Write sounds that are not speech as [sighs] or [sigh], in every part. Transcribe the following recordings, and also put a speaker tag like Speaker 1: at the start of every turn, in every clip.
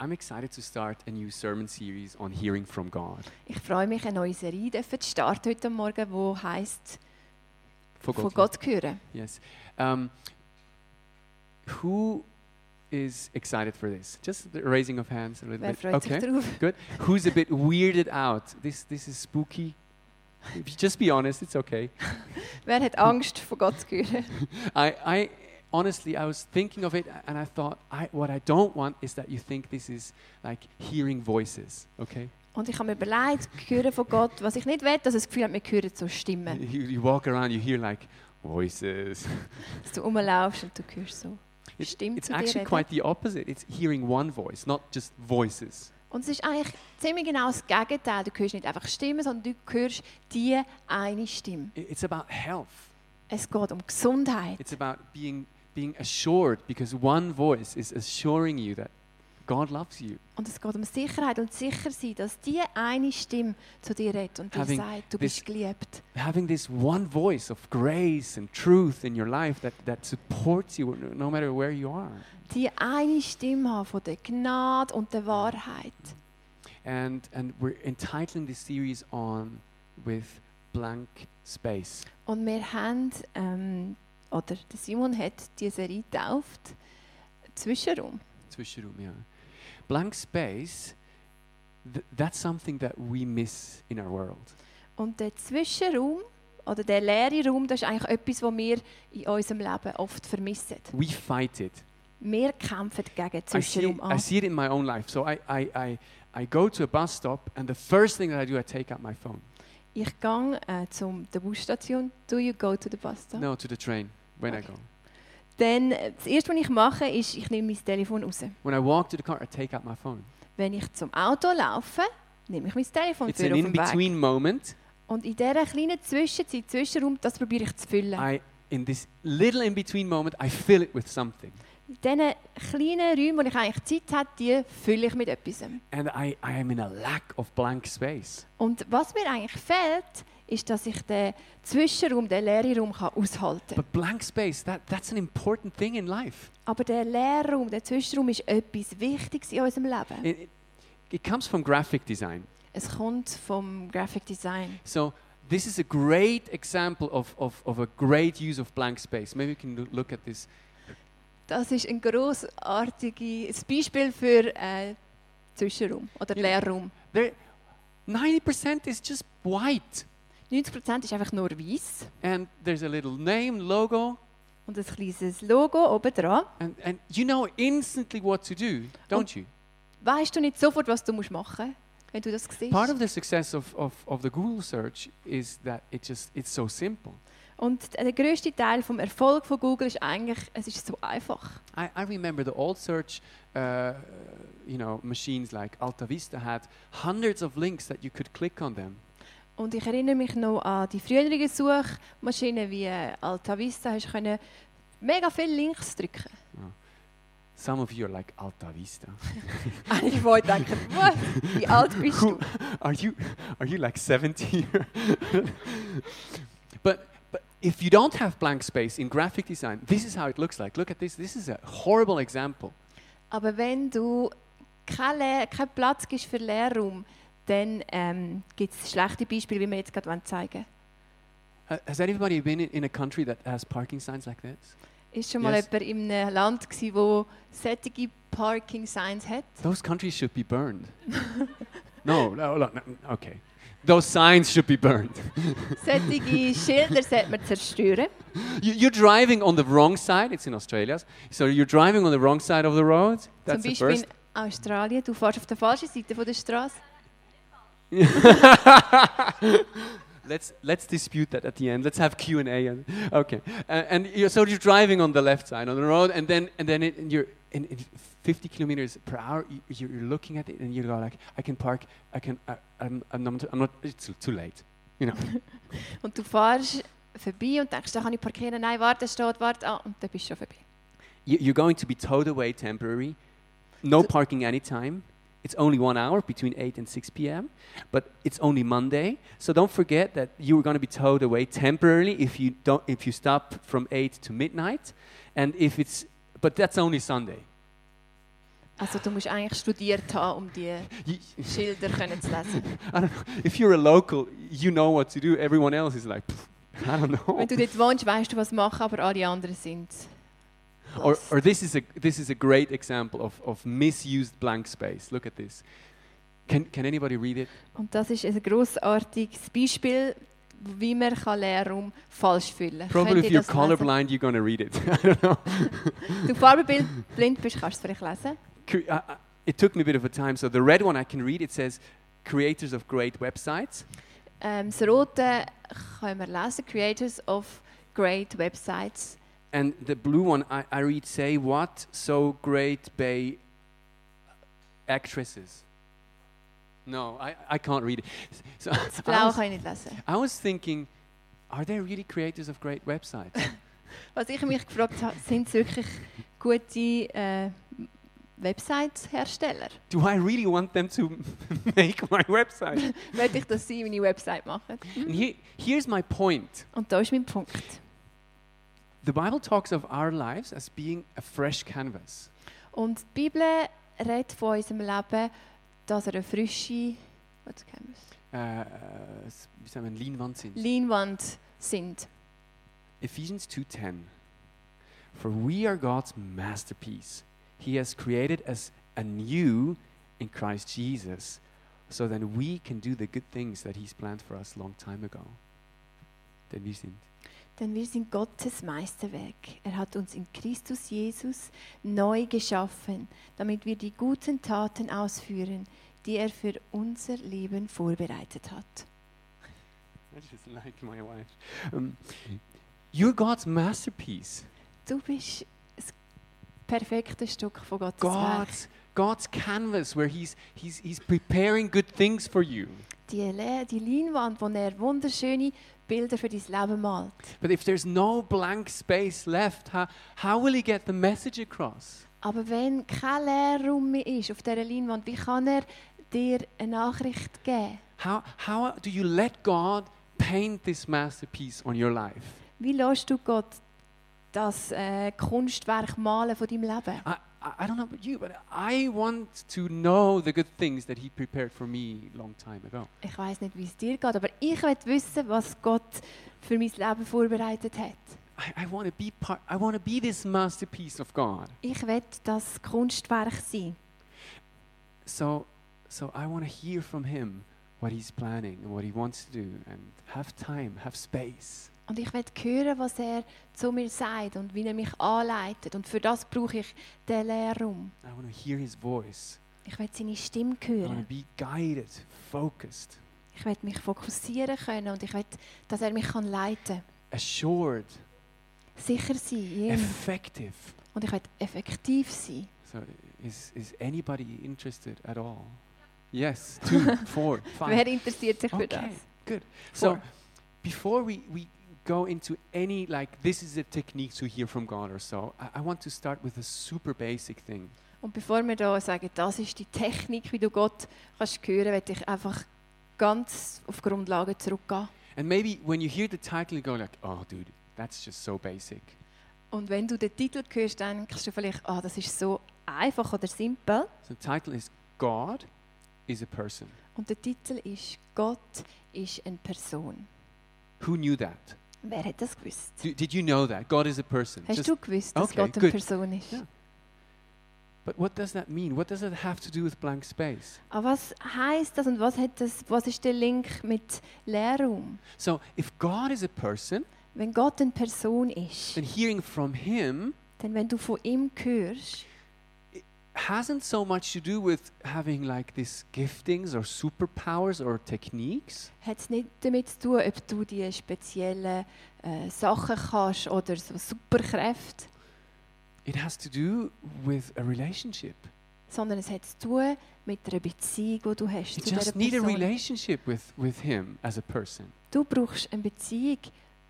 Speaker 1: I'm excited to start a new sermon series on hearing from God.
Speaker 2: Ich freue mich, eine neue Serie dürfen zu starten heute Morgen, wo heißt
Speaker 1: For
Speaker 2: von Gott hören.
Speaker 1: Yes. Um, who is excited for this? Just the raising of hands a little
Speaker 2: Wer
Speaker 1: bit.
Speaker 2: freut
Speaker 1: Okay.
Speaker 2: sich drauf? [laughs]
Speaker 1: Good. Who's a bit weirded out? This this is spooky. If you Just be honest. It's okay. [laughs]
Speaker 2: Wer hat Angst, von Gott zu hören?
Speaker 1: I I honestly I was thinking of it and I thought I what I don't want is that you think this is like hearing voices. Okay.
Speaker 2: Und ich habe mir überlegt, hören von Gott, was ich nicht will, dass es das Gefühl hat, wir hören so Stimmen.
Speaker 1: You, you walk around, you hear like voices.
Speaker 2: Dass du rumlaufst und du hörst so.
Speaker 1: It-
Speaker 2: Stimmt
Speaker 1: it's
Speaker 2: zu dir
Speaker 1: actually
Speaker 2: reden.
Speaker 1: quite the opposite. It's hearing one voice, not just voices.
Speaker 2: Und es ist eigentlich ziemlich genau das Gegenteil. Du hörst nicht einfach Stimmen, sondern du hörst die eine Stimme.
Speaker 1: I- It's about health.
Speaker 2: Es geht um Gesundheit.
Speaker 1: It's about being being assured because one voice is assuring you that God loves you.
Speaker 2: Und es geht um Sicherheit und sicher sein, dass die eine Stimme zu dir redet und dir
Speaker 1: Having
Speaker 2: sagt, du
Speaker 1: this-
Speaker 2: bist geliebt.
Speaker 1: Having this one voice of grace and truth in your life that, that supports you no- no matter where you are.
Speaker 2: Die eine Stimme haben von der Gnade und der Wahrheit.
Speaker 1: And and we're entitling this series on with blank space.
Speaker 2: Und wir haben, ähm, oder der Simon hat diese Serie getauft, Zwischenraum.
Speaker 1: Zwischenraum, ja. Blank space th- that's something that we miss in our world.
Speaker 2: Und der Zwischenraum, oder der leere Raum, das ist eigentlich etwas, was wir in unserem Leben oft vermissen.
Speaker 1: We fight it.
Speaker 2: Wir kämpfen gegen den
Speaker 1: I see,
Speaker 2: Zwischenraum
Speaker 1: I
Speaker 2: an.
Speaker 1: see it in my own life. So I, I, I, I go to a bus stop, and the first thing that I do, I take out my phone.
Speaker 2: Ich gehe äh, zum der Busstation. Do you go to the bus stop?
Speaker 1: No, to the train when
Speaker 2: Okay.
Speaker 1: I go.
Speaker 2: Dann, äh, das Erste, was ich mache, ist, ich nehme mein Telefon raus.
Speaker 1: When I walk to the car, I take out my phone.
Speaker 2: Wenn ich zum Auto laufe, nehme ich mein Telefon
Speaker 1: it's
Speaker 2: für
Speaker 1: an
Speaker 2: auf den
Speaker 1: in
Speaker 2: Weg.
Speaker 1: between moment.
Speaker 2: Und in dieser kleinen Zwischenzeit, Zwischenraum, das probiere ich zu füllen.
Speaker 1: I, in this little in between moment, I fill it with something.
Speaker 2: In diesen kleinen Räumen, wo ich eigentlich Zeit habe, die fülle ich mit etwas.
Speaker 1: And I, I am in a lack of blank space.
Speaker 2: Und was mir eigentlich fehlt, ist, dass ich den Zwischenraum, den leeren Raum kann aushalten kann.
Speaker 1: But blank space, that, that's an important thing in life.
Speaker 2: Aber der Leerraum, der Zwischenraum ist etwas Wichtiges in unserem Leben.
Speaker 1: It, it, it comes from graphic design.
Speaker 2: Es kommt vom Graphic Design.
Speaker 1: So this is a great example of, of, of a great use of blank space. Maybe we can loo- look at this
Speaker 2: Das ist ein grossartiges Beispiel für äh, Zwischenraum oder
Speaker 1: Ja.
Speaker 2: Leerraum.
Speaker 1: There, 90% is just white.
Speaker 2: 90% ist einfach nur weiß
Speaker 1: And there's a little name, logo,
Speaker 2: und ein kleines Logo oben dran.
Speaker 1: and, and you know instantly what to do, don't you?
Speaker 2: Weißt du nicht sofort, was du musst machen musst, wenn du das siehst?
Speaker 1: Part of the success of, of, of the Google search is that it just it's so simple.
Speaker 2: Und der größte Teil vom Erfolg von Google ist eigentlich, es ist so einfach.
Speaker 1: I, I remember the old search uh, you know, machines like AltaVista had hundreds of links that you could click on them.
Speaker 2: Und ich erinnere mich noch an die früheren Suchmaschinen wie äh, AltaVista, hast du können mega viele Links drücken.
Speaker 1: Some of you are like AltaVista.
Speaker 2: Einige von euch denken, «What? wie alt bist du?
Speaker 1: Who- are you are you like 70 [laughs] but but if you don't have blank space in graphic design this is how it looks like look at this this is a horrible example
Speaker 2: Aber wenn du keinen Leer- keinen Platz gibst für Leerraum, dann ähm, gibt es schlechte Beispiele, wie wir jetzt gerade zeigen wollen.
Speaker 1: Ha- has anybody been in, in a country that has parking signs like this
Speaker 2: Ist schon mal
Speaker 1: Yes.
Speaker 2: jemand in einem Land, gewesen, wo solche Parking Signs hat?
Speaker 1: those countries should be burned no, no, no no okay those signs should be burned
Speaker 2: Solche Schilder sollte man zerstören.
Speaker 1: you, you're driving on the wrong side it's in australia so you're driving on the wrong side of the road that's
Speaker 2: Zum
Speaker 1: the
Speaker 2: Beispiel
Speaker 1: first
Speaker 2: in Australien, du fährst auf der falschen Seite von der Straße.
Speaker 1: [laughs] let's let's dispute that at the end. Let's have Q and A. and- Okay, uh, and you're, so you're driving on the left side on the road, and then and then it, and you're in, in 50 kilometers per hour. You, you're, you're looking at it, and you go like, I can park. I can. I, I'm, I'm not. I'm not. It's too, too late. You know.
Speaker 2: Und du fährst vorbei und denkst, da kann ich parkieren. Nein, warte, es steht, warte. Ah, und dann bist du schon vorbei.
Speaker 1: You- You're going to be towed away temporary. No
Speaker 2: So-
Speaker 1: parking anytime. It's only one hour between 8 and 6 p.m., but it's only Monday. So don't forget that you are going to be towed away temporarily if you don't if you stop from 8 to midnight, and if it's but that's only Sunday.
Speaker 2: Also du musst eigentlich studiert haben, um die
Speaker 1: You- [laughs]
Speaker 2: Schilder können zu lesen.
Speaker 1: I don't know. If you're a local, you know what to do. Everyone else is like, "Pff, I don't know.
Speaker 2: Wenn du dort wohnst, weißt du, was machen, aber alle anderen sind.
Speaker 1: [laughs] Or,
Speaker 2: lost.
Speaker 1: or this is a this is a great example of, of misused blank space. Look at this. Can can anybody read it?
Speaker 2: Und das ist ein grossartiges Beispiel, wie man kann Leerraum falsch füllen kann.
Speaker 1: Probably
Speaker 2: Könnt
Speaker 1: if
Speaker 2: ihr
Speaker 1: you're
Speaker 2: das lesen?
Speaker 1: colorblind, you're gonna read it. [laughs] I don't know.
Speaker 2: du farbenblind blind bist, kannst du es vielleicht lesen.
Speaker 1: Cre- I- I- It took me a bit of a time. So the red one I can read. It says, "Creators of great websites."
Speaker 2: Ähm, das rote können wir lesen, Creators of Great Websites.
Speaker 1: And the blue one I, I read, "Say what so great bay actresses." No, I, I can't read it. So [laughs]
Speaker 2: Das
Speaker 1: I,
Speaker 2: blaue
Speaker 1: was,
Speaker 2: kann ich nicht lesen.
Speaker 1: I was thinking, are there really creators of great websites?
Speaker 2: Was ich mich gefragt habe, sind es wirklich gute äh, Websites-Hersteller?
Speaker 1: do I really want them to [laughs] make my website?
Speaker 2: Möchte ich, dass sie meine Website machen?
Speaker 1: and here, here's my point.
Speaker 2: Und da ist mein Punkt.
Speaker 1: The Bible talks of our lives as being a fresh canvas.
Speaker 2: Und die Bibel redet von unserem Leben, dass er eine frische was kennen wir?
Speaker 1: Uh, uh, s- wie sagen wir, Leinwand sind.
Speaker 2: Leinwand sind.
Speaker 1: Ephesians 2:10. For we are God's masterpiece. He has created us anew in Christ Jesus, so that we can do the good things that He's planned for us long time ago. Denn wir sind.
Speaker 2: Denn wir sind Gottes Meisterwerk. Er hat uns in Christus Jesus neu geschaffen, damit wir die guten Taten ausführen, die er für unser Leben vorbereitet hat.
Speaker 1: I just like my wife. Um, you're God's masterpiece.
Speaker 2: Du bist das perfekte Stück von Gottes Werk.
Speaker 1: God's God's canvas where he's he's he's preparing good things for you.
Speaker 2: Die, Le die Leinwand, wo er wunderschöne Bilder für dein Leben malt.
Speaker 1: But if there's no blank space left, how, how will he get the message across?
Speaker 2: Aber wenn kein Leerraum mehr ist auf dieser Leinwand, wie kann er dir eine Nachricht geben?
Speaker 1: How how do you let God paint this masterpiece on your life?
Speaker 2: Wie lässt du Gott das äh, Kunstwerk malen von deinem Leben?
Speaker 1: I, I I don't know about you, but I want to know the good things that he prepared for me long time ago.
Speaker 2: Ich weiß nicht, wie es dir geht, aber ich will wissen, was Gott für mein Leben vorbereitet hat.
Speaker 1: I, I want to be part I want to be this masterpiece of God.
Speaker 2: Ich will das Kunstwerk sein.
Speaker 1: So, so I want to hear from him what he's planning and what he wants to do, and have time, have space.
Speaker 2: Und ich will hören, was er zu mir sagt und wie er mich anleitet. Und für das brauche ich den Leerraum.
Speaker 1: I want to hear his voice.
Speaker 2: Ich will seine Stimme
Speaker 1: I want
Speaker 2: hören.
Speaker 1: to be guided, focused,
Speaker 2: Ich will mich fokussieren können und ich will, dass er mich kann leiten kann.
Speaker 1: assured,
Speaker 2: Sicher sein in ihm.
Speaker 1: effective.
Speaker 2: Und ich will effektiv sein.
Speaker 1: So, is is anybody interested at all? Yes, two, four,
Speaker 2: Wer
Speaker 1: five.
Speaker 2: interessiert sich für
Speaker 1: Okay,
Speaker 2: das?
Speaker 1: good. So,
Speaker 2: Four.
Speaker 1: before we we go into any like this is a technique to hear from God or so, I, I want to start with a super basic thing.
Speaker 2: Und bevor wir da sagen, das ist die Technik, wie du Gott kannst hören, will ich einfach ganz auf Grundlagen zurückgehen.
Speaker 1: And maybe when you hear the title, you go like, "Oh, dude, that's just so basic."
Speaker 2: Und wenn du den Titel hörst, dann denkst du vielleicht, ah, das ist so einfach oder simpel.
Speaker 1: So the title is God is a person.
Speaker 2: Und der Titel ist Gott ist eine Person.
Speaker 1: Who knew that?
Speaker 2: Wer hat das gewusst?
Speaker 1: Do, did you know that God is a person?
Speaker 2: Hast
Speaker 1: Just-
Speaker 2: du gewusst, dass
Speaker 1: Okay,
Speaker 2: Gott eine
Speaker 1: good.
Speaker 2: Person ist?
Speaker 1: Ja. but what does that mean? What does that have to do with blank space?
Speaker 2: Aber Ah, was heißt das und was, hat das, was ist der Link mit Leerraum?
Speaker 1: So if God is a person,
Speaker 2: Wenn Gott eine Person ist,
Speaker 1: then hearing from Him
Speaker 2: dann wenn du von ihm hörst,
Speaker 1: hasn't so much to do with having like these giftings or superpowers or techniques.
Speaker 2: hat es nicht damit zu tun, ob du die speziellen äh, Sachen kannst oder so Superkräfte,
Speaker 1: It has to do with a relationship.
Speaker 2: sondern es hat zu tun mit einer Beziehung, die du hast
Speaker 1: You
Speaker 2: zu dieser
Speaker 1: just need a
Speaker 2: Person.
Speaker 1: relationship with, with Him as a person.
Speaker 2: Du brauchst eine Beziehung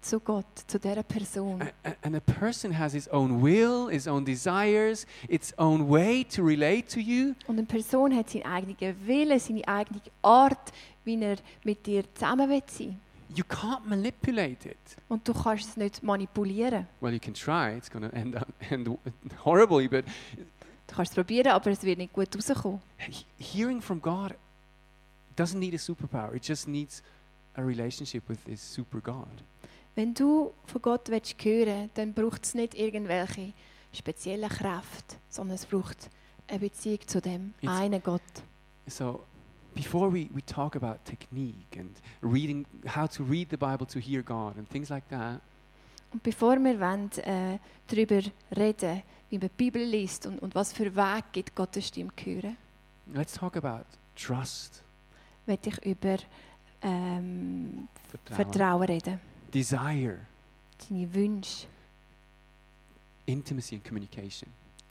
Speaker 2: zu Gott, zu dieser Person.
Speaker 1: A- a- And a person has his own will, his own desires, its own way to relate to you.
Speaker 2: Und eine Person hat seinen eigenen Willen, seine eigene Art, wie er mit dir zusammen will sein.
Speaker 1: You can't manipulate it.
Speaker 2: Und du kannst es nicht manipulieren.
Speaker 1: [laughs] Well, you can try. It's going to end up end w- horribly, but
Speaker 2: Du kannst es probieren, aber es wird nicht gut rauskommen.
Speaker 1: He- Hearing from God doesn't need a superpower, it just needs a relationship with this super God.
Speaker 2: Wenn du von Gott willst hören dann braucht es nicht irgendwelche spezielle Kraft, sondern es braucht eine Beziehung zu dem
Speaker 1: Jetzt-
Speaker 2: einen Gott.
Speaker 1: So, before we, we talk about technique and reading, how to read the Bible to hear God and things like that,
Speaker 2: Und bevor wir wollen, äh, darüber reden, wie man die Bibel liest und, und was für Weg gibt, Gottes Stimme zu hören,
Speaker 1: let's talk about trust,
Speaker 2: möchte ich über ähm,
Speaker 1: vertrauen,
Speaker 2: Vertrauen reden.
Speaker 1: desire,
Speaker 2: Deine Wünsche
Speaker 1: intimacy, and communication.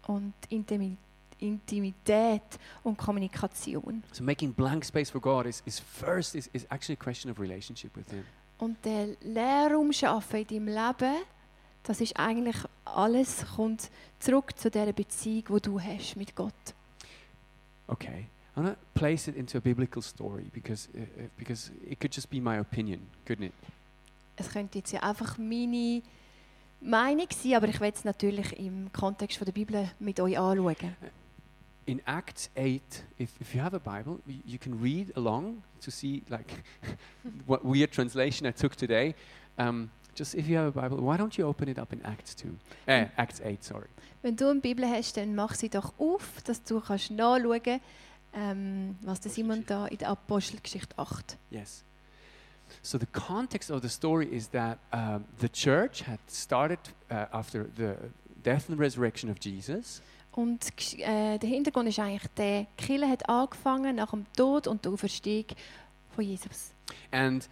Speaker 2: und Intimi- Intimität und Kommunikation.
Speaker 1: So, making blank space for God is, is first is, is actually a question of relationship with Him.
Speaker 2: Und der Leerraum schaffen in deinem Leben, das ist eigentlich alles, kommt zurück zu dieser Beziehung, die du hast mit Gott.
Speaker 1: Okay. I'm gonna place it into a biblical story because uh, uh, because it could just be my opinion, couldn't it?
Speaker 2: Es könnte jetzt ja einfach meine Meinung sein, aber ich will es natürlich im Kontext von der Bibel mit euch anschauen.
Speaker 1: In Acts 8, if, if you have a Bible, y- you can read along to see like [laughs] what weird translation I took today. Um, just if you have a Bible, why don't you open it up in Acts 2? Eh, Acts 8, sorry.
Speaker 2: Wenn du eine Bibel hast, dann mach sie doch auf, dass du kannst nachschauen kannst, ähm, was der Simon da in der Apostelgeschichte 8.
Speaker 1: Yes. So the context of the story is that um, the church had started uh, after the death and resurrection of Jesus.
Speaker 2: Und die Gesch- äh, der Hintergrund ist eigentlich der, die Kirche hat angefangen nach dem Tod und der Auferstehung von Jesus.
Speaker 1: and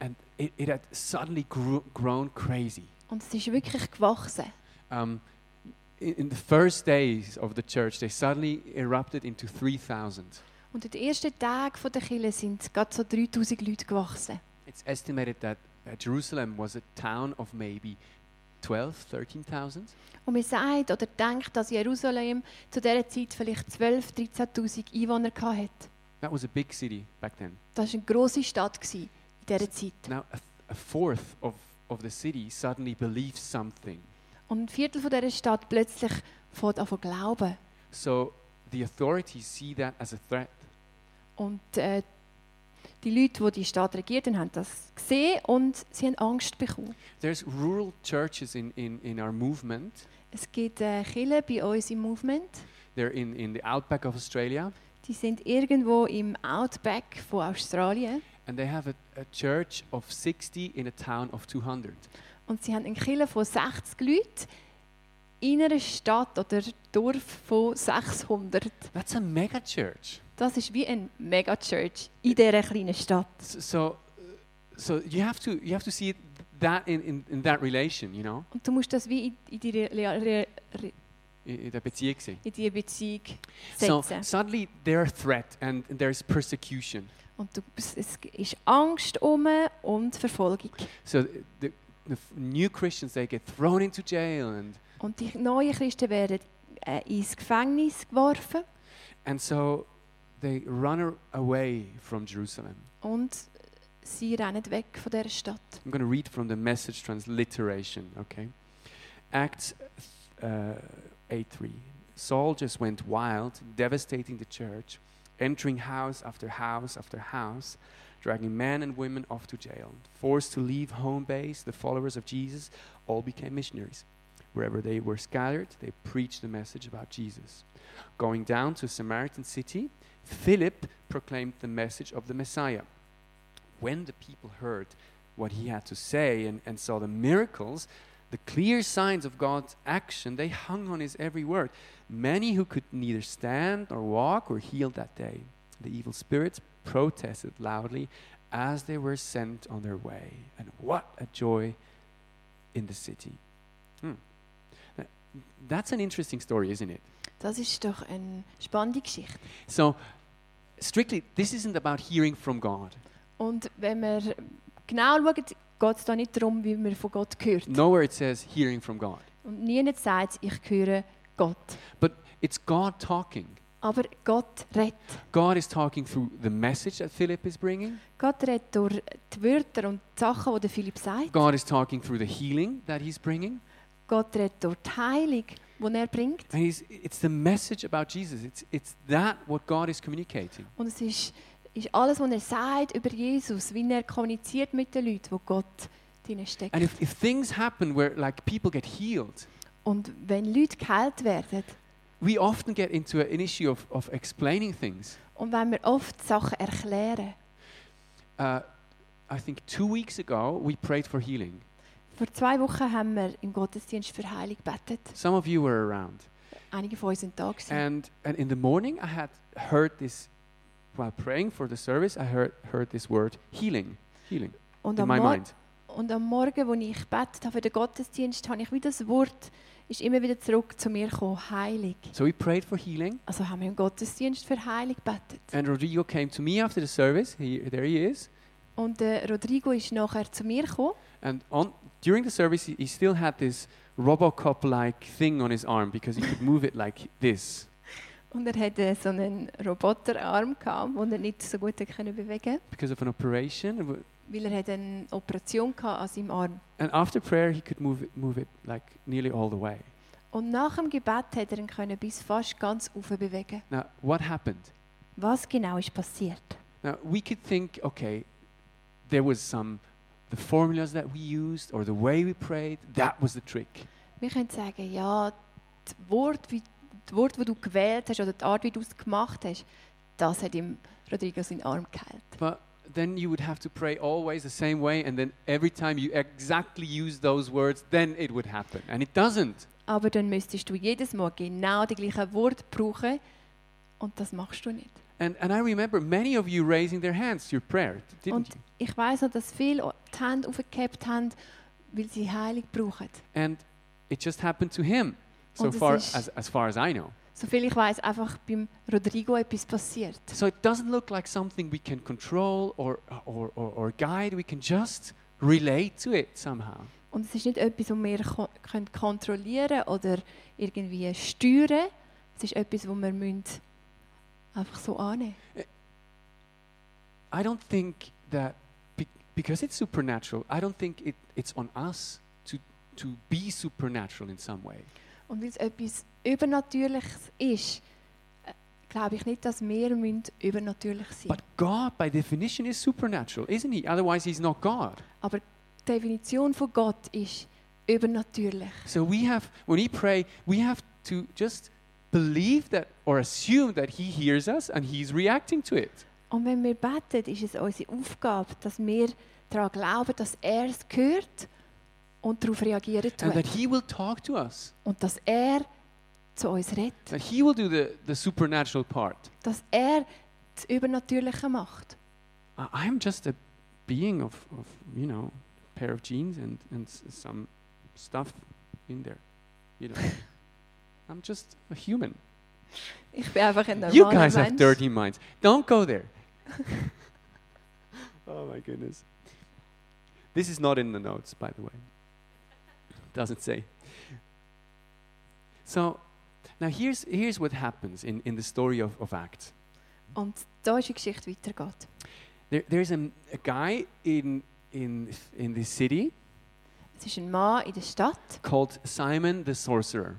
Speaker 1: and it, it had suddenly grew, grown crazy.
Speaker 2: Und es ist wirklich gewachsen.
Speaker 1: Um, in, in the first days of the church, they suddenly erupted into 3,000.
Speaker 2: Und in den ersten Tagen von der Kirche sind gerade so 3000 Leute gewachsen.
Speaker 1: It's estimated that uh, Jerusalem was a town of maybe 12, 13,000.
Speaker 2: Und man sagt oder denkt, dass Jerusalem zu dieser Zeit vielleicht 12.000, 13.000 Einwohner hatte.
Speaker 1: That was a big city back then.
Speaker 2: Das war eine grosse Stadt gewesen in dieser Zeit.
Speaker 1: Now, a, th- a fourth of, of the city suddenly believes something.
Speaker 2: Und ein Viertel von dieser Stadt plötzlich fängt an zu glauben.
Speaker 1: So the authorities see that as a threat.
Speaker 2: Und äh, die Leute, die die Stadt regierten, haben das gesehen und sie haben Angst bekommen.
Speaker 1: There's rural churches in, in, in our movement.
Speaker 2: Es gibt äh, Kirchen bei uns im Movement,
Speaker 1: They're in, in the outback of Australia.
Speaker 2: die sind irgendwo im Outback von Australien.
Speaker 1: And they have a, a church of 60 in a town of 200.
Speaker 2: Und sie haben einen Killer von 60 Leuten in einer Stadt oder Dorf von 600.
Speaker 1: That's a mega church.
Speaker 2: Das ist wie ein Megachurch in dieser kleinen Stadt.
Speaker 1: S- So, uh, so you have to you have to see it that in, in, in that relation, you know,
Speaker 2: Und du musst das wie in, in, die, Re- Re- Re- Re-
Speaker 1: in, in that Beziehung sehen.
Speaker 2: in die Beziehung
Speaker 1: So
Speaker 2: setzen.
Speaker 1: suddenly there are threat and there's persecution.
Speaker 2: Und du, es ist Angst um und Verfolgung.
Speaker 1: So the, the, f- new Christians they get thrown into jail and
Speaker 2: Und die neuen Christen werden äh, ins Gefängnis geworfen
Speaker 1: and so they run a- away from Jerusalem.
Speaker 2: und sie rennen weg von dieser Stadt.
Speaker 1: I'm going to read from the message transliteration, okay? Acts uh, 8 3. Saul just went wild, devastating the church, entering house after house after house, dragging men and women off to jail. Forced to leave home base, the followers of Jesus all became missionaries. Wherever they were scattered, they preached the message about Jesus. Going down to a Samaritan city, Philip proclaimed the message of the Messiah. When the people heard, what he had to say and, and saw the miracles, the clear signs of God's action, they hung on his every word. Many who could neither stand or walk were healed that day. The evil spirits protested loudly as they were sent on their way. And what a joy in the city. Hmm. Th- That's an interesting story, isn't it?
Speaker 2: Das ist doch eine spannende Geschichte.
Speaker 1: So, strictly, this isn't about hearing from God.
Speaker 2: Und wenn wir genau schauen, geht es da nicht darum, wie man von Gott hört.
Speaker 1: Nowhere it says hearing from God,
Speaker 2: Und niemand sagt, ich höre Gott.
Speaker 1: but it's God talking.
Speaker 2: Aber Gott redet.
Speaker 1: God is talking through the message that Philip is bringing.
Speaker 2: Gott redet durch die Wörter und die Sachen, die der Philipp sagt.
Speaker 1: God is talking through the healing that he's bringing.
Speaker 2: Gott redet durch die Heilung, den er bringt.
Speaker 1: And he's, it's the message about Jesus. It's, it's that what God is communicating.
Speaker 2: Und es ist, ist alles, was er sagt über Jesus, wie er kommuniziert mit den Leuten, wo Gott drin
Speaker 1: And
Speaker 2: steckt.
Speaker 1: if, if things happen where like people get healed,
Speaker 2: Und wenn Leute geheilt werden
Speaker 1: we often get into an issue of, of explaining things.
Speaker 2: und wenn wir oft Sachen erklären,
Speaker 1: Uh, I think two weeks ago we prayed for healing.
Speaker 2: vor zwei Wochen haben wir im Gottesdienst für Heilung gebetet.
Speaker 1: Some of you were around.
Speaker 2: Einige von uns waren da. gewesen.
Speaker 1: And, and in the morning I had heard this, while praying for the service, I heard, heard this word, healing, healing,
Speaker 2: Und
Speaker 1: in
Speaker 2: am,
Speaker 1: my
Speaker 2: Mor
Speaker 1: mind.
Speaker 2: und am Morgen, als ich gebetet habe für den Gottesdienst, habe ich wie das Wort ist immer wieder zurück zu mir gekommen, Heilig.
Speaker 1: So we prayed for healing.
Speaker 2: Also haben wir im Gottesdienst für Heilung gebetet.
Speaker 1: And Rodrigo came to me after the service. He, there he is.
Speaker 2: Und der Rodrigo ist nachher zu mir gekommen
Speaker 1: And on, during the service, he, he still had this Robocop-like thing on his arm because he could move it like this
Speaker 2: und er hatte so einen Roboterarm, gehabt, den er nicht so gut hat können bewegen
Speaker 1: because of an operation. And w-
Speaker 2: weil er hatte eine Operation gehabt an seinem Arm.
Speaker 1: And after prayer, he could move it, move it like nearly all the way.
Speaker 2: Und nach dem Gebet hat er ihn können bis fast ganz rauf bewegen.
Speaker 1: Now, what happened?
Speaker 2: Was genau ist passiert?
Speaker 1: Now, we could think, okay, there was some, the formulas that we used or the way we prayed, that was the trick.
Speaker 2: Wir können sagen, ja, das Wort, wie, das Wort, das du gewählt hast oder die Art, wie du es gemacht hast, das hat ihm Rodrigo seinen Arm geheilt.
Speaker 1: But then you would have to pray always the same way, and then every time you exactly use those words, then it would happen. And it doesn't.
Speaker 2: Aber dann müsstest du jedes Mal genau die gleichen Worte brauchen und das machst du nicht.
Speaker 1: And, and I remember many of you raising their hands to your prayer, didn't
Speaker 2: Und
Speaker 1: you?
Speaker 2: ich weiß noch, dass viele die Hände aufgehabt haben, weil sie Heilung brauchen.
Speaker 1: And it just happened to him, so
Speaker 2: Und es
Speaker 1: far
Speaker 2: ist-
Speaker 1: as, as far as I know.
Speaker 2: Soviel ich weiß, einfach beim Rodrigo etwas passiert.
Speaker 1: So it doesn't look like something we can control or, or, or, or guide. We can just relate to it somehow.
Speaker 2: Und es ist nicht etwas, das wir ko können kontrollieren oder irgendwie steuern. Es ist etwas, das wir müssen einfach so annehmen
Speaker 1: I don't think that be- because it's supernatural, I don't think it, it's on us to, to be supernatural in some way.
Speaker 2: Und weil es etwas Übernatürliches ist, äh, glaube ich nicht, dass wir müssen übernatürlich sein
Speaker 1: But God, by definition, is supernatural, isn't He? Otherwise, He's not God.
Speaker 2: Aber die Definition von Gott ist übernatürlich.
Speaker 1: So we have, when we pray, we have to just believe that or assume that He hears us and He's reacting to it.
Speaker 2: Und wenn wir beten, ist es unsere Aufgabe, dass wir daran glauben, dass er es hört und darauf reagieren
Speaker 1: And that
Speaker 2: tut.
Speaker 1: He will talk to us,
Speaker 2: Und dass er zu uns redet.
Speaker 1: that He will do the, the supernatural part.
Speaker 2: Dass er das Übernatürliche macht.
Speaker 1: I- I'm just a being of, of you know, pair of jeans and, and s- some stuff in there. You know, I'm just a human.
Speaker 2: Ich bin einfach ein
Speaker 1: you
Speaker 2: normaler
Speaker 1: guys have
Speaker 2: Mensch.
Speaker 1: dirty minds. Don't go there. oh my goodness. This is not in the notes, by the way. [laughs] Doesn't say. So now here's here's what happens in, in the story of, of Acts.
Speaker 2: Und da ist die Geschichte weitergeht.
Speaker 1: There, there's a, a guy in in in this city
Speaker 2: Es ist ein Mann in der Stadt
Speaker 1: called Simon the Sorcerer.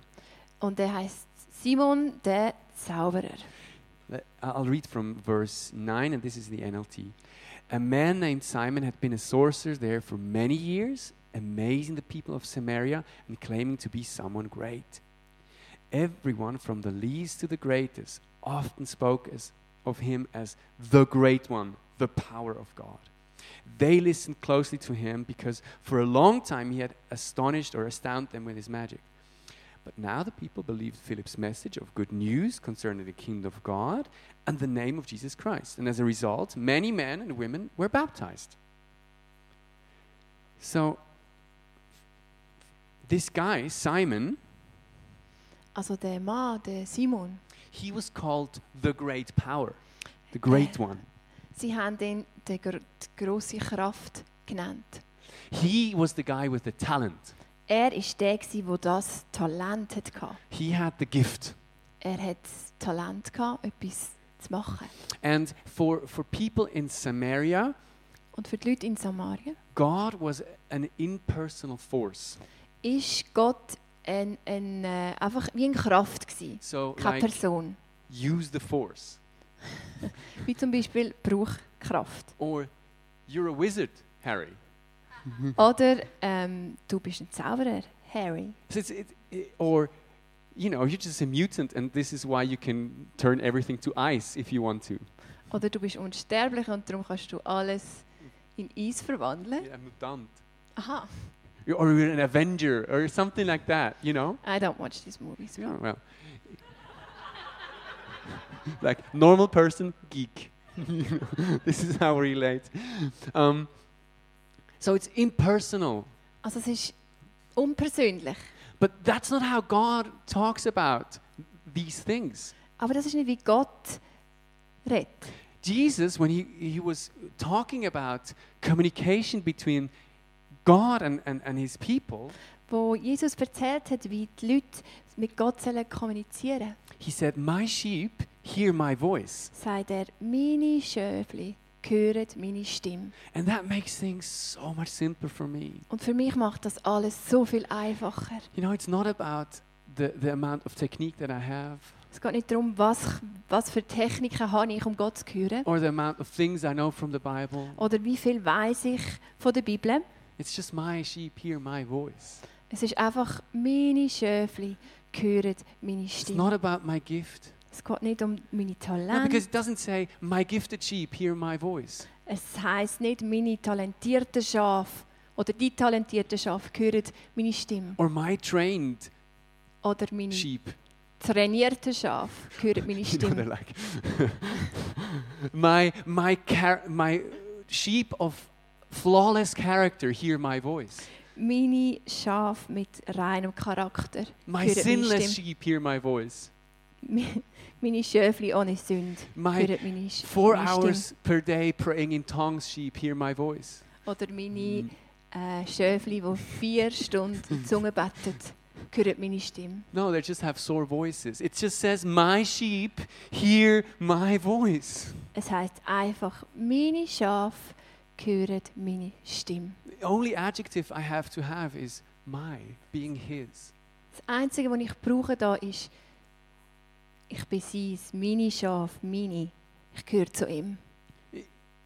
Speaker 2: und der heißt Simon der Zauberer.
Speaker 1: Let- I'll read from verse 9, and this is the NLT. A man named Simon had been a sorcerer there for many years, amazing the people of Samaria and claiming to be someone great. Everyone from the least to the greatest often spoke as, of him as the great one, the power of God. They listened closely to him because for a long time he had astonished or astounded them with his magic. But now the people believed Philip's message of good news concerning the kingdom of God and the name of Jesus Christ. And as a result, many men and women were baptized. So, this guy, Simon,
Speaker 2: Also der Mann, der Simon.
Speaker 1: he was called the Great Power, the Great One.
Speaker 2: Sie haben ihn die, gro die grosse Kraft genannt.
Speaker 1: He was the guy with the talent,
Speaker 2: Er war der, gewesen, der das Talent hatte.
Speaker 1: he had the gift.
Speaker 2: Er hat das Talent, gehabt, etwas zu machen.
Speaker 1: And for, for people in Samaria,
Speaker 2: Und für die Leute in Samaria
Speaker 1: God was an impersonal force.
Speaker 2: ist Gott ein, ein, äh, einfach wie eine Kraft gewesen,
Speaker 1: So
Speaker 2: keine
Speaker 1: like
Speaker 2: Person.
Speaker 1: use the force
Speaker 2: Wie zum Beispiel brauch Kraft.
Speaker 1: or you're a wizard, Harry.
Speaker 2: Oder ähm, du bist ein Zauberer, Harry.
Speaker 1: So it's, it, it, or you know, you're just a mutant and this is why you can turn everything to ice if you want to.
Speaker 2: Oder du bist unsterblich und darum kannst du alles in Eis verwandeln.
Speaker 1: Yeah, a mutant.
Speaker 2: Aha.
Speaker 1: Or you're an avenger or something like that, you know?
Speaker 2: I don't watch these movies.
Speaker 1: Yeah, well. [laughs] like normal person, geek. [laughs] this is how we relate. Um, so it's impersonal.
Speaker 2: Also es ist unpersönlich.
Speaker 1: But that's not how God talks about these things.
Speaker 2: Aber das ist nicht, wie Gott redet.
Speaker 1: Jesus, when he, he was talking about communication between God and, and, and his people,
Speaker 2: Wo Jesus erzählt hat, wie die Leute mit Gott sollen kommunizieren
Speaker 1: he said, My sheep hear my voice.
Speaker 2: sagt er, meine Schöfli hören meine Stimme.
Speaker 1: And that makes things so much simpler for me.
Speaker 2: Und für mich macht das alles so viel einfacher.
Speaker 1: You know, it's not about the, the amount of technique that I have
Speaker 2: Es geht nicht darum, was, was für Techniken habe ich, um Gott zu hören.
Speaker 1: or the amount of things I know from the Bible.
Speaker 2: Oder wie viel weiß ich von der Bibel.
Speaker 1: It's just my sheep hear my voice.
Speaker 2: Es ist einfach, meine Schöfli hören meine
Speaker 1: It's
Speaker 2: Stimme.
Speaker 1: not about my gift.
Speaker 2: Es geht nicht um meine
Speaker 1: No,
Speaker 2: Talente.
Speaker 1: because it doesn't say, my gifted sheep hear my voice.
Speaker 2: Es heißt nicht, meine talentierten Schafe oder die talentierten Schafe hören meine Stimme.
Speaker 1: Or my trained
Speaker 2: Oder meine
Speaker 1: sheep.
Speaker 2: trainierten Schafe hören
Speaker 1: [laughs]
Speaker 2: meine
Speaker 1: You know, they're
Speaker 2: Stimme.
Speaker 1: like, [laughs] my, my, char- my sheep of flawless character hear my voice.
Speaker 2: Meine Schafe mit reinem Charakter [laughs]
Speaker 1: My
Speaker 2: Hear it,
Speaker 1: sinless
Speaker 2: Mishtim.
Speaker 1: sheep hear my voice.
Speaker 2: Mi- Meine Schöfli ohne Sünde
Speaker 1: My
Speaker 2: hören meine, Sch
Speaker 1: four
Speaker 2: meine Stimme.
Speaker 1: hours per day praying in tongues sheep hear my voice. Mm.
Speaker 2: Oder meine äh, Schöfli, die vier Stunden
Speaker 1: [laughs]
Speaker 2: in die Zunge betet, hören meine Stimme.
Speaker 1: No, they just have sore voices. It just says, My sheep hear my voice.
Speaker 2: Es heißt einfach, meine Schafe hören meine Stimme.
Speaker 1: The only adjective I have to have is my, being his.
Speaker 2: Das Einzige, was ich brauche da ist, ich bin seins, meine Schafe, meine. Ich gehöre zu ihm.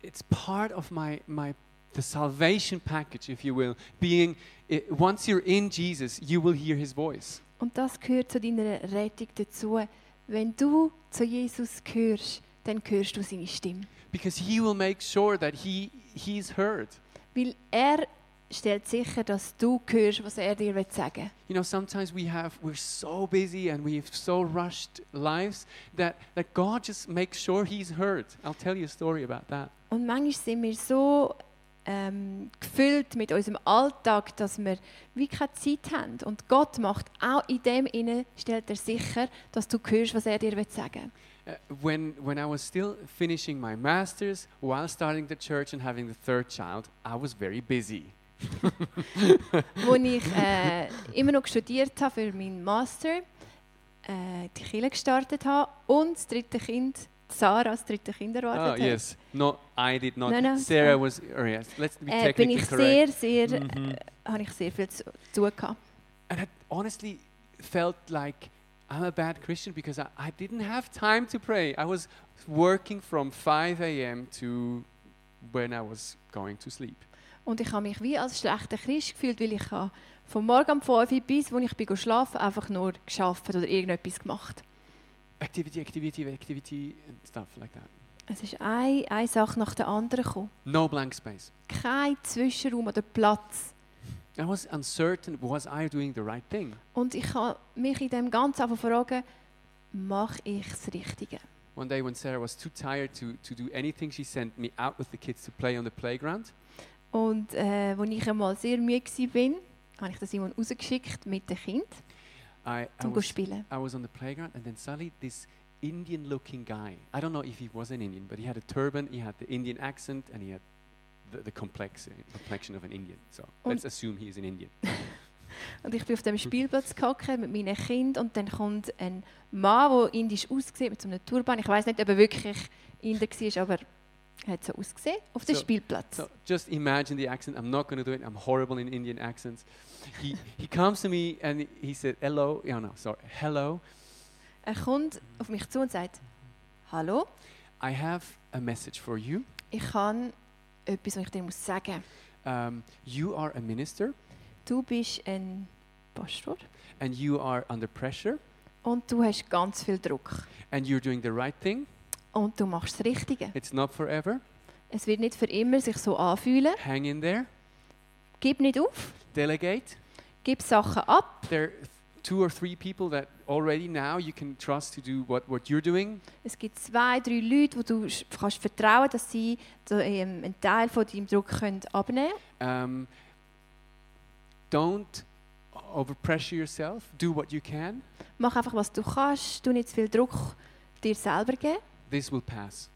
Speaker 1: It's part of my, my the salvation package, if you will. Being i once you're in Jesus, you will hear his voice.
Speaker 2: Und das gehört zu deiner Rettung dazu. Wenn du zu Jesus gehörst, dann hörst du seine Stimme.
Speaker 1: Because he will make sure that he he's heard.
Speaker 2: Weil er stellt sicher, dass du hörst, was er dir sagen will.
Speaker 1: You know, sometimes we have we're so busy and we have so rushed lives that, that God just makes sure he's heard. I'll tell you a story about that.
Speaker 2: Und manchmal sind wir so ähm, gefüllt mit unserem Alltag, dass wir wie keine Zeit haben. Und Gott macht auch in dem inne stellt er sicher, dass du hörst, was er dir sagen will.
Speaker 1: Uh, when, when I was still finishing my master's while starting the church and having the third child, I was very busy.
Speaker 2: wo ich äh, immer noch studiert habe für meinen Master, äh, die Kirche gestartet habe und das dritte Kind, Sarah, das dritte Kind
Speaker 1: Oh,
Speaker 2: erwartet hat,
Speaker 1: yes. No, I did not.
Speaker 2: No, no, Oh.
Speaker 1: Sarah
Speaker 2: sorry.
Speaker 1: was. Or yes, let's be
Speaker 2: äh, bin
Speaker 1: technically
Speaker 2: ich
Speaker 1: correct.
Speaker 2: sehr, sehr,
Speaker 1: Mhm.
Speaker 2: äh, habe ich sehr viel zu, zu tun gehabt.
Speaker 1: And I honestly felt like I'm a bad Christian because I, I didn't have time to pray. I was working from 5 a.m. to when I was going to sleep.
Speaker 2: Und ich habe mich wie als schlechter Christ gefühlt, weil ich habe von morgen um 5 Uhr bis, als ich bin schlafen einfach nur geschafft oder irgendetwas gemacht.
Speaker 1: Activity, activity, activity, and stuff like that.
Speaker 2: Es ist eine, eine Sache nach der anderen gekommen.
Speaker 1: No blank space.
Speaker 2: Kein Zwischenraum oder Platz.
Speaker 1: I was uncertain was I doing the right thing?
Speaker 2: Und ich habe mich in dem Ganzen einfach fragen, mache ich das Richtige?
Speaker 1: One day when Sarah was too tired to, to do anything, she sent me out with the kids to play on the playground.
Speaker 2: Und äh, als ich einmal sehr müde war, habe ich den Simon rausgeschickt mit dem Kind,
Speaker 1: I, I,
Speaker 2: um zu
Speaker 1: was,
Speaker 2: spielen.
Speaker 1: I was on the playground and then suddenly this Indian looking guy, I don't know if he was an Indian, but he had a turban, he had the Indian accent and he had the, the complex, uh, complexion of an Indian. So
Speaker 2: Und-
Speaker 1: let's assume he is an Indian.
Speaker 2: Und ich
Speaker 1: Hm.
Speaker 2: bin auf dem Spielplatz gehockt mit meinen Kindern und dann kommt ein Mann, der indisch aussieht, mit so einem Turban. Ich weiß nicht, ob er wirklich Inder war, aber Hat so ausgesehen auf dem
Speaker 1: So-
Speaker 2: Spielplatz.
Speaker 1: So just imagine the accent. I'm not going to do it. I'm horrible in Indian accents. He, he comes to me and he said, hello. Yeah, no, sorry. Hello.
Speaker 2: Er kommt auf mich zu und sagt, hallo,
Speaker 1: I have a message for you.
Speaker 2: ich habe etwas, was ich dir muss sagen muss.
Speaker 1: Um, you are a minister
Speaker 2: Du bist ein Pastor
Speaker 1: and you are under pressure
Speaker 2: und du hast ganz viel Druck.
Speaker 1: and you're doing the right thing.
Speaker 2: Und du machst das Richtige.
Speaker 1: It's not forever.
Speaker 2: Es wird nicht für immer sich so anfühlen.
Speaker 1: Hang in there.
Speaker 2: Gib nicht auf,
Speaker 1: Delegate.
Speaker 2: gib Sachen ab.
Speaker 1: There are two or three people that already now you can trust to do what, what you're doing.
Speaker 2: Es gibt zwei, drei Leute, wo du sch- kannst vertrauen, dass sie so, ähm, einen Teil von deinem Druck können abnehmen
Speaker 1: Um,
Speaker 2: können.
Speaker 1: don't overpressure yourself. Do what you can.
Speaker 2: Mach einfach, was du kannst. Du nicht zu viel Druck dir selber geben.
Speaker 1: This will pass.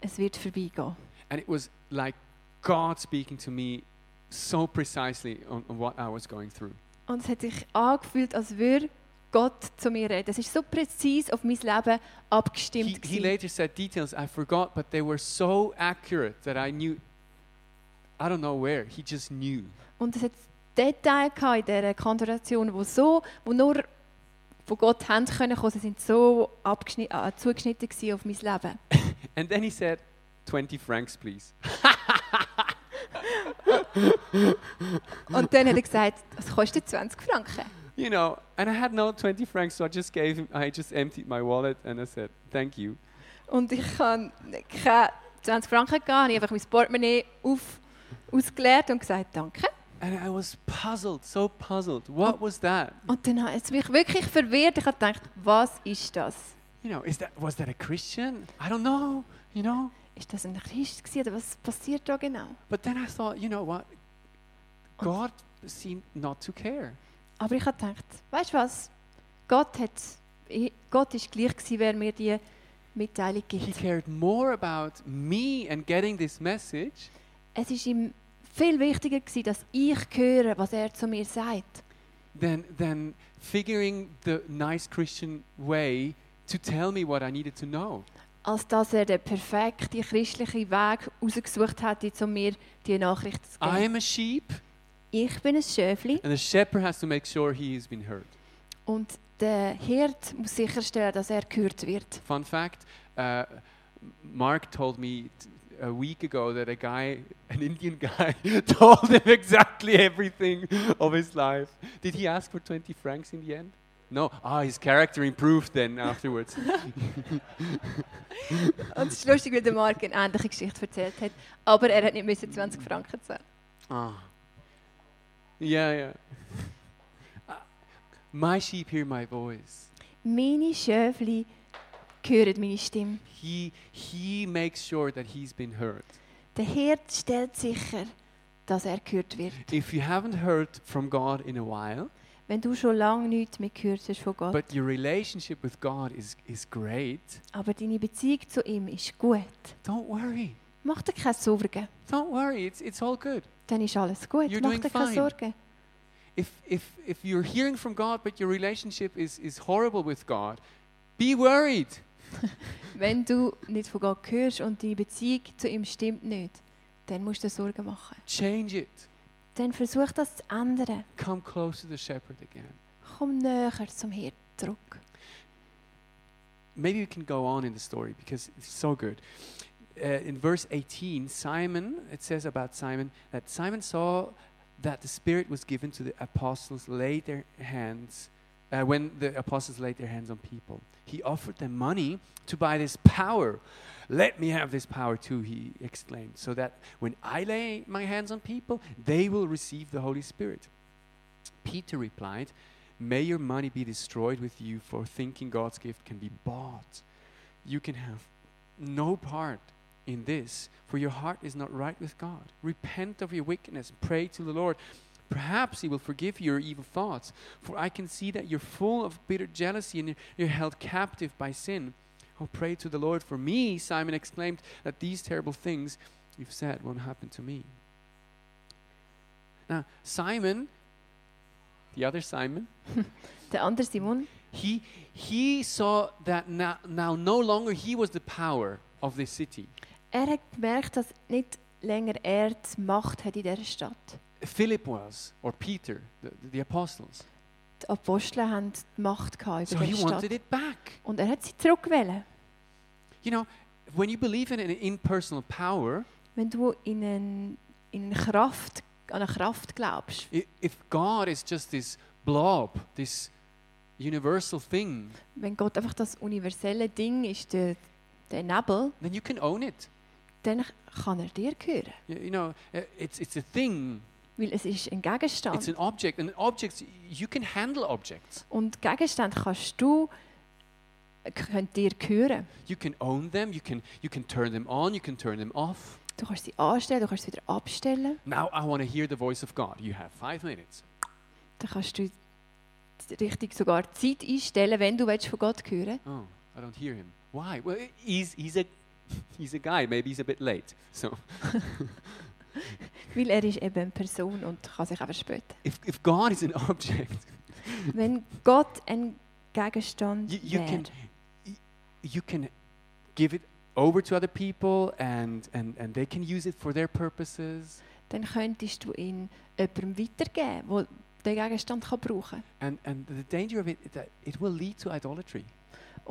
Speaker 2: Es wird vorbeigehen.
Speaker 1: And it was like God speaking to me so precisely on, on what I was going through.
Speaker 2: Und es hat sich angefühlt, als würde Gott zu mir reden. Es ist so präzise auf mein Leben
Speaker 1: He,
Speaker 2: abgestimmt.
Speaker 1: he
Speaker 2: gewesen.
Speaker 1: later said details I forgot, but they were so accurate that I knew. I don't know where. He just knew.
Speaker 2: Und es hat Details gehabt in dieser Kantoration, wo so, wo nur von Gott haben können kommen. Sie sind so abgeschni- äh, zugeschnitten gewesen auf mein Leben.
Speaker 1: And then he said, 20 francs, please.
Speaker 2: Und dann hat er gesagt, es kostet 20 Franken.
Speaker 1: You know, and I had no 20 francs, so I just gave him, I just emptied my wallet and I said, thank you.
Speaker 2: Und ich habe keine 20 Franken gegeben, habe ich einfach mein Portemonnaie auf, ausgeleert und gesagt, danke.
Speaker 1: And I was puzzled, so puzzled. What was that?
Speaker 2: Und dann hat es mich wirklich verwirrt. Ich habe gedacht, was ist das?
Speaker 1: You know, is that was that a Christian? I don't know, you know?
Speaker 2: Ist das ein Christ gewesen, oder was passiert da genau?
Speaker 1: But then I thought, you know what? God seemed not to care.
Speaker 2: Aber ich habe gedacht, weißt du was? Gott hat, ich- Gott ist gleich gewesen, wer mir die Mitteilung
Speaker 1: He
Speaker 2: gibt.
Speaker 1: cared more about me and getting this message
Speaker 2: Es ist ihm viel wichtiger gewesen, dass ich höre, was er zu mir sagt,
Speaker 1: than than figuring the nice Christian way to tell me what I needed to know.
Speaker 2: als dass er den perfekten christlichen Weg herausgesucht hätte, um mir die Nachricht zu
Speaker 1: I
Speaker 2: geben.
Speaker 1: am a sheep,
Speaker 2: ich bin ein Schöfli
Speaker 1: and the shepherd has to make sure he has been heard.
Speaker 2: und der Hirt muss sicherstellen, dass er gehört wird.
Speaker 1: Fun fact: uh, Mark told me t- a week ago that a guy, [laughs] an Indian guy, [laughs] told him exactly everything of his life. Did he ask for 20 francs in the end? No. Ah, his character improved then [laughs] afterwards.
Speaker 2: Und es ist lustig, wie der Marc eine ähnliche Geschichte erzählt hat, aber er hat nicht müssen 20 Franken zahlen.
Speaker 1: Ah. Yeah, yeah. Uh, my sheep hear my voice.
Speaker 2: Meine Schöfli hören meine Stimme.
Speaker 1: He he makes sure that he's been heard.
Speaker 2: Der Hirt stellt sicher, dass er gehört wird.
Speaker 1: If you haven't heard from God in a while,
Speaker 2: Wenn du schon lange nichts mehr gehört hast von Gott,
Speaker 1: but your relationship with God is is great,
Speaker 2: aber deine Beziehung zu ihm ist gut,
Speaker 1: Don't worry.
Speaker 2: mach dir keine Sorgen.
Speaker 1: Don't worry. It's, it's all good.
Speaker 2: Dann ist alles gut.
Speaker 1: You're
Speaker 2: mach
Speaker 1: doing
Speaker 2: dir keine
Speaker 1: fine.
Speaker 2: Sorgen.
Speaker 1: If, if, if you're hearing from God, but your relationship is, is horrible with God, be worried.
Speaker 2: Wenn du nicht von Gott hörst und deine Beziehung zu ihm stimmt nicht, dann musst du dir Sorgen machen.
Speaker 1: Change it.
Speaker 2: Dann versuch das zu ändern.
Speaker 1: Come close to the shepherd again.
Speaker 2: Komm näher zum Hirt zurück.
Speaker 1: Maybe we can go on in the story because it's so good. Uh, in verse 18, Simon, it says about Simon that Simon saw that the Spirit was given to the apostles laid their hands, uh, when the apostles laid their hands on people. He offered them money to buy this power. Let me have this power too, he exclaimed, so that when I lay my hands on people, they will receive the Holy Spirit. Peter replied, May your money be destroyed with you for thinking God's gift can be bought. You can have no part in this, for your heart is not right with God. Repent of your wickedness, pray to the Lord. Perhaps He will forgive your evil thoughts, for I can see that you're full of bitter jealousy and you're- you're held captive by sin. Oh, pray to the Lord for me, Simon exclaimed, that these terrible things you've said won't happen to me. Now, Simon, the other Simon,
Speaker 2: Der andere Simon,
Speaker 1: he, he saw that now, now no longer he was the power of this city.
Speaker 2: Er hat gemerkt, dass nicht länger er die Macht hat in dieser Stadt.
Speaker 1: Philip was, or Peter, the, the apostles.
Speaker 2: Die Apostel haben die Macht gehabt
Speaker 1: So
Speaker 2: über
Speaker 1: he
Speaker 2: diese Stadt.
Speaker 1: wanted it back.
Speaker 2: Und er hat sie zurückgewählt.
Speaker 1: You know, when you believe in an impersonal power,
Speaker 2: Wenn du in, einen, in eine Kraft, an eine Kraft glaubst,
Speaker 1: i- if God is just this blob, this universal thing,
Speaker 2: wenn Gott einfach das universelle Ding ist, der, der Nebel,
Speaker 1: then you can own it.
Speaker 2: dann kann er dir gehören.
Speaker 1: You, you know, uh, it's, it's a thing,
Speaker 2: Weil es ist ein
Speaker 1: it's
Speaker 2: Gegenstand.
Speaker 1: an object, and objects, you can handle objects.
Speaker 2: Und Gegenstände kannst du, können dir gehören.
Speaker 1: You can own them, you can, you can turn them on, you can turn them off.
Speaker 2: Du kannst sie anstellen, du kannst sie wieder abstellen.
Speaker 1: Now I want to hear the voice of God. You have five minutes.
Speaker 2: Dann kannst du richtig sogar die Zeit einstellen, wenn du willst, von Gott hören
Speaker 1: Oh, I don't hear him. Why? Well, i- he's, he's, a, [laughs] he's a guy, maybe he's a bit late. So
Speaker 2: willst. Weil er ist eben eine Person und kann sich auch verspäten.
Speaker 1: if, if God is an [laughs] object,
Speaker 2: Wenn Gott ein Gegenstand
Speaker 1: you, you
Speaker 2: wäre,
Speaker 1: can y- you can give it over to other people and, and, and they can use it for their purposes
Speaker 2: dann könntest du ihn jemandem weitergeben, der den Gegenstand kann brauchen
Speaker 1: and, and the danger of it is that it will lead to idolatry
Speaker 2: kann.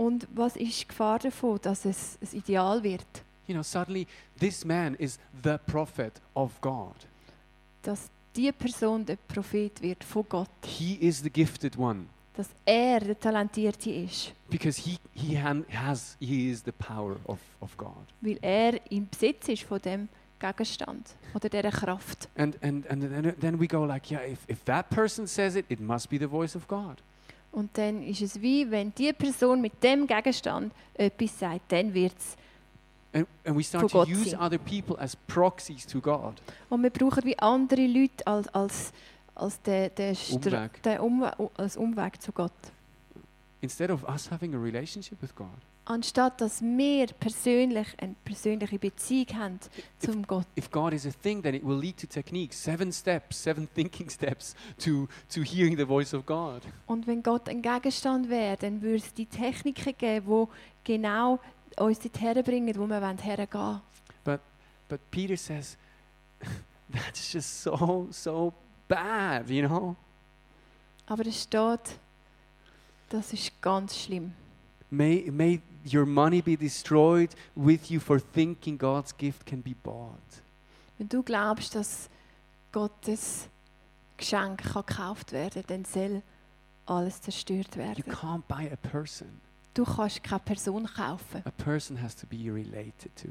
Speaker 2: Und was ist die Gefahr davon, dass es ein Ideal wird?
Speaker 1: you know suddenly this man is the prophet of god
Speaker 2: Dass die Person der Prophet wird von Gott.
Speaker 1: he is the gifted one
Speaker 2: Dass er der Talentierte ist.
Speaker 1: because he, he han- has he is the power of, of god
Speaker 2: Weil er im Besitz ist von dem Gegenstand oder dieser Kraft.
Speaker 1: and, and, and then, then we go like yeah if, if that person says it it must be the voice of god
Speaker 2: Und dann ist es wie, wenn die Person mit dem Gegenstand etwas sagt, dann wird es.
Speaker 1: and, and we start
Speaker 2: Von
Speaker 1: to
Speaker 2: Gott
Speaker 1: use
Speaker 2: sein.
Speaker 1: other people as proxies to god
Speaker 2: Und wir brauchen wie andere Leute als, als, als den, den, Stra-
Speaker 1: Umweg.
Speaker 2: den Umwe als Umweg zu Gott.
Speaker 1: instead of us having a relationship with God.
Speaker 2: Anstatt dass wir persönlich eine persönliche Beziehung haben zum Gott.
Speaker 1: If God is a thing, then it will lead to techniques, seven steps, seven [laughs] thinking steps to, to hearing the voice of God.
Speaker 2: Und wenn Gott ein Gegenstand wäre, dann würde es die Techniken geben, wo genau uns dorthin bringen, wo wir wollen hergehen wollen.
Speaker 1: But Peter says, [laughs] that's just so, so bad, you know?
Speaker 2: Aber es steht, das ist ganz schlimm.
Speaker 1: May, may your money be destroyed with you for thinking God's gift can be bought.
Speaker 2: Wenn du glaubst, dass Gottes Geschenk kann gekauft werden kann, dann soll alles zerstört
Speaker 1: You
Speaker 2: werden.
Speaker 1: can't buy a person.
Speaker 2: Du kannst keine Person kaufen.
Speaker 1: A person has to be related to.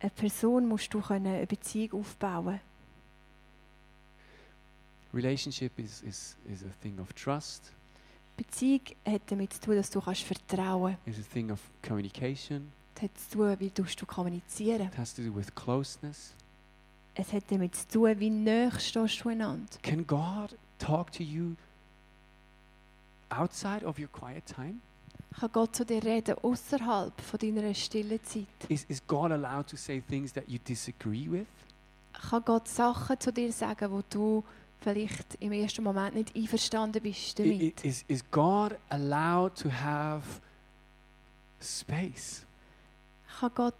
Speaker 2: Eine Person musst du können eine Beziehung aufbauen
Speaker 1: Relationship is, is, is a thing of trust,
Speaker 2: Beziehung hat damit zu tun, dass du kannst vertrauen
Speaker 1: is a thing of communication,
Speaker 2: kannst. Es hat zu tun, wie tust du kommunizieren.
Speaker 1: it has to do with closeness.
Speaker 2: Es hat damit zu tun, wie näher stehst du einander.
Speaker 1: Can God talk to you outside of your quiet time?
Speaker 2: Kann Gott zu dir reden, außerhalb von deiner stillen Zeit?
Speaker 1: Is, is God allowed to say things that you disagree with?
Speaker 2: Kann Gott Sachen zu dir sagen, wo du vielleicht im ersten Moment nicht einverstanden bist
Speaker 1: I- i-
Speaker 2: damit?
Speaker 1: Is, is God allowed to have space
Speaker 2: kann Gott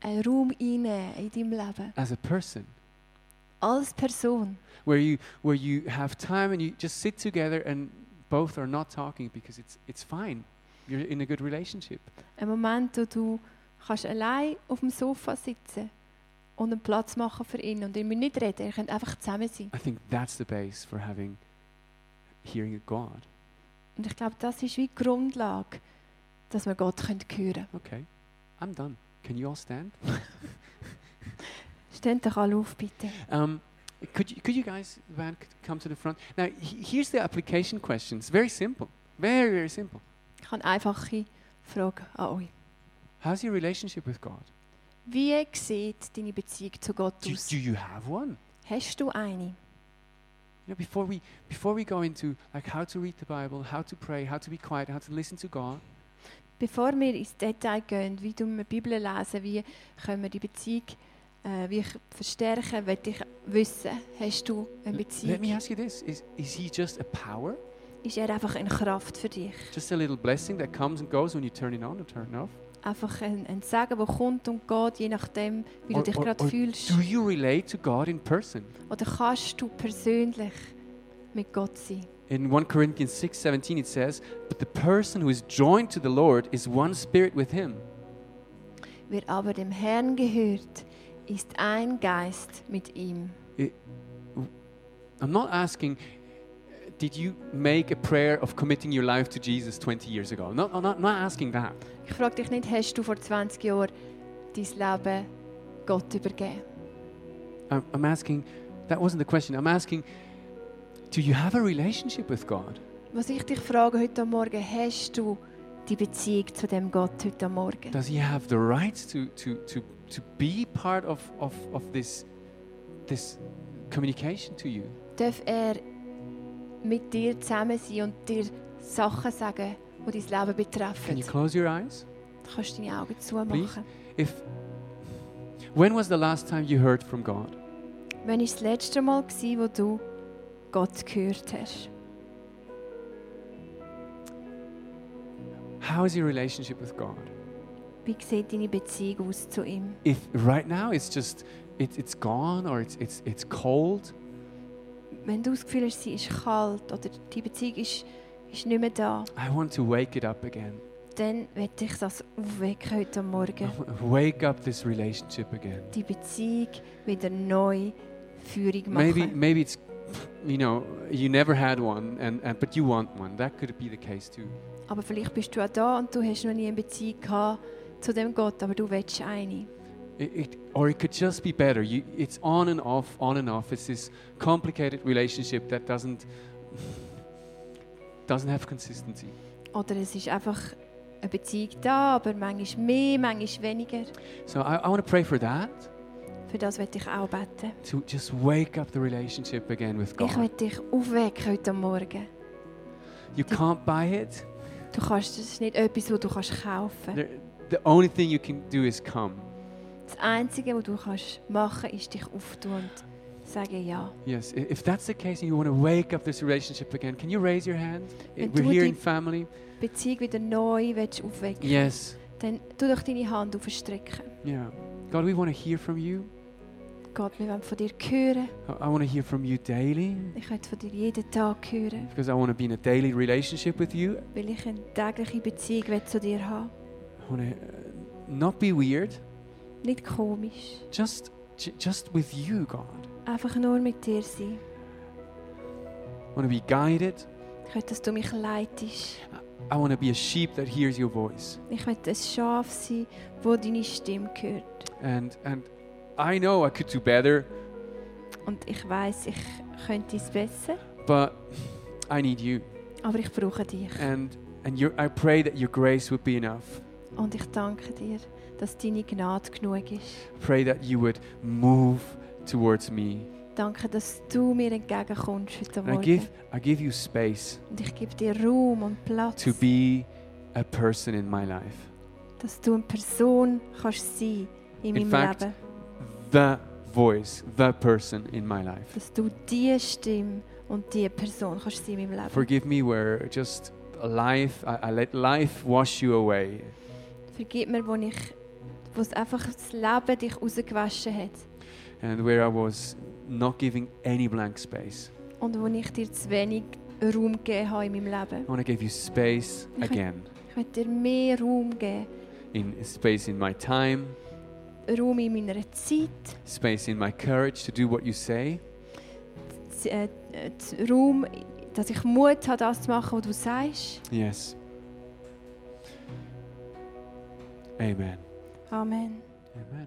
Speaker 2: einen Raum einnehmen in deinem Leben.
Speaker 1: as a person
Speaker 2: Als Person,
Speaker 1: where you, where you have time and you just sit together and both are not talking because it's, it's fine? You're in a good relationship.
Speaker 2: ein Moment, wo du kannst allein auf dem Sofa sitzen und einen Platz machen für ihn und ihr müsst nicht reden, ihr könnt einfach zusammen sein.
Speaker 1: I think that's the base for having hearing God.
Speaker 2: Und ich glaube, das ist wie die Grundlage, dass wir Gott können hören können.
Speaker 1: Okay, I'm done. Can you all stand?
Speaker 2: Steht doch alle auf, bitte.
Speaker 1: Um, could, you, could you guys, Van, c- come to the front? Now, he- here's the application question. It's very simple. Very, very simple.
Speaker 2: Ich habe eine einfache Frage an euch.
Speaker 1: How's your relationship with God?
Speaker 2: Wie sieht deine Beziehung zu Gott
Speaker 1: Do,
Speaker 2: aus?
Speaker 1: do you have one?
Speaker 2: Hast du eine?
Speaker 1: You know, before we, before we go into like how to read the Bible, how to pray, how to be quiet, how to listen to God,
Speaker 2: Bevor wir ins Detail gehen, wie tun wir die Bibel lesen, wie können wir die Beziehung äh, wie ich verstärken, möchte ich wissen, hast du eine
Speaker 1: l- let me
Speaker 2: Beziehung?
Speaker 1: ask you this. Is, is he just a power?
Speaker 2: Ist er einfach eine Kraft für dich?
Speaker 1: Just a little blessing that comes and goes when you turn it on or turn it off?
Speaker 2: einfach ein, ein Segen, der kommt und geht, je nachdem, wie
Speaker 1: Or-
Speaker 2: du dich
Speaker 1: or-
Speaker 2: gerade
Speaker 1: or
Speaker 2: fühlst.
Speaker 1: Do you relate to God in person?
Speaker 2: Oder kannst du persönlich mit Gott sein?
Speaker 1: In 1 Corinthians 6 17, it says, But the person who is joined to the Lord is one spirit with him.
Speaker 2: Wer aber dem Herrn gehört, ist ein Geist mit ihm.
Speaker 1: I'm not asking, uh, did you make a prayer of committing your life to Jesus 20 years ago? No, I'm not, not asking that.
Speaker 2: Ich frage dich nicht, hast du vor 20 Jahren dein Leben Gott übergeben?
Speaker 1: I'm, I'm asking, that wasn't the question. I'm asking, do you have a relationship with God?
Speaker 2: Was ich dich frage heute am Morgen, hast du die Beziehung zu dem Gott heute am Morgen?
Speaker 1: Does he have the right to, to, to, to be part of, of, of this, this communication to you?
Speaker 2: Darf er mit dir zusammen sein und dir Sachen sagen, die dein
Speaker 1: Can
Speaker 2: Leben betreffen?
Speaker 1: you close your eyes?
Speaker 2: Du kannst deine Augen zumachen.
Speaker 1: Please? If when was the last time you heard from God?
Speaker 2: Wann war das letzte Mal, gewesen, wo du Gott gehört hast?
Speaker 1: How is your relationship with God?
Speaker 2: Wie sieht deine Beziehung aus zu ihm?
Speaker 1: If right now it's just it, it's gone or it's it's it's cold,
Speaker 2: Wenn du das Gefühl hast, sie ist kalt oder die Beziehung ist, ist nicht mehr da,
Speaker 1: I want to wake it up again.
Speaker 2: dann möchte ich das aufwecken heute am Morgen.
Speaker 1: I wa- Wake up this relationship again.
Speaker 2: Die Beziehung wieder neu Führung machen.
Speaker 1: Maybe maybe it's you know you never had one and, and but you want one. That could be the case too.
Speaker 2: Aber vielleicht bist du auch da und du hast noch nie eine Beziehung gehabt zu dem Gott, aber du willst eine.
Speaker 1: It, it, or it could just be better. You, it's on and off, on and off. It's this complicated relationship that doesn't [sighs] doesn't have consistency.
Speaker 2: Oder es ist einfach eine Beziehung da, aber manchmal mehr, manchmal weniger.
Speaker 1: So I, I want to pray for that
Speaker 2: Für das will ich auch beten.
Speaker 1: to just wake up the relationship again with
Speaker 2: Ich will
Speaker 1: God.
Speaker 2: dich aufwecken heute Morgen.
Speaker 1: You can't buy it.
Speaker 2: Du kannst, das ist nicht etwas, was du kannst kaufen kannst.
Speaker 1: There, the only thing you can do is come.
Speaker 2: Das Einzige, was du kannst machen kannst, ist dich auftun und sagen Ja.
Speaker 1: Yes, i- if that's the case and you want to wake up this relationship again, can you raise your hand? I-
Speaker 2: Wenn
Speaker 1: We're
Speaker 2: du
Speaker 1: here
Speaker 2: die-
Speaker 1: in family.
Speaker 2: Die Beziehung wieder neu willst aufwecken
Speaker 1: Yes.
Speaker 2: dann tu doch deine Hand aufstrecken.
Speaker 1: Yeah. God, we want to hear from you.
Speaker 2: Gott, wir wollen von dir hören.
Speaker 1: I- I want to hear from you daily
Speaker 2: Ich möchte von dir jeden Tag hören,
Speaker 1: because I want to be in a daily relationship with you.
Speaker 2: weil ich eine tägliche Beziehung will zu dir haben
Speaker 1: I want to uh, not be weird,
Speaker 2: Nicht komisch.
Speaker 1: just j- just with you, God.
Speaker 2: Einfach nur mit dir sein.
Speaker 1: I want to be guided.
Speaker 2: Ich möchte, dass du mich leitest.
Speaker 1: I want to be a sheep that hears your voice.
Speaker 2: Ich möchte ein Schaf sein, wo deine Stimme hört.
Speaker 1: And and I know I could do better,
Speaker 2: Und ich weiß, ich könnte es besser,
Speaker 1: but I need you.
Speaker 2: aber ich brauche dich.
Speaker 1: And and your, I pray that your grace would be enough.
Speaker 2: Und ich danke dir, dass deine Gnade genug ist.
Speaker 1: Pray that you would move towards me.
Speaker 2: Danke, dass du mir entgegenkommst heute
Speaker 1: And I
Speaker 2: Morgen.
Speaker 1: give I give you space
Speaker 2: Und ich gebe dir Raum und Platz,
Speaker 1: to be a person in my life.
Speaker 2: dass du eine Person kannst sein in
Speaker 1: In
Speaker 2: meinem
Speaker 1: fact-
Speaker 2: Leben.
Speaker 1: The voice, the person in my life.
Speaker 2: Dass du die Stimme und die Person kannst sein in meinem Leben.
Speaker 1: Forgive me where just life I, I let life wash you away.
Speaker 2: Vergib mir, wo ich, wo es einfach das Leben dich rausgewaschen hat
Speaker 1: and where I was not giving any blank space.
Speaker 2: und wo ich dir zu wenig Raum gegeben habe in meinem Leben.
Speaker 1: I want to give you space
Speaker 2: Okay.
Speaker 1: again,
Speaker 2: Ich möchte dir mehr Raum geben.
Speaker 1: in space in my time,
Speaker 2: Raum in meiner Zeit,
Speaker 1: space in my courage to do what you say,
Speaker 2: z- äh, äh, z- Raum, dass ich Mut habe, das zu machen, was du sagst.
Speaker 1: yes. Amen.
Speaker 2: Amen.
Speaker 1: Amen.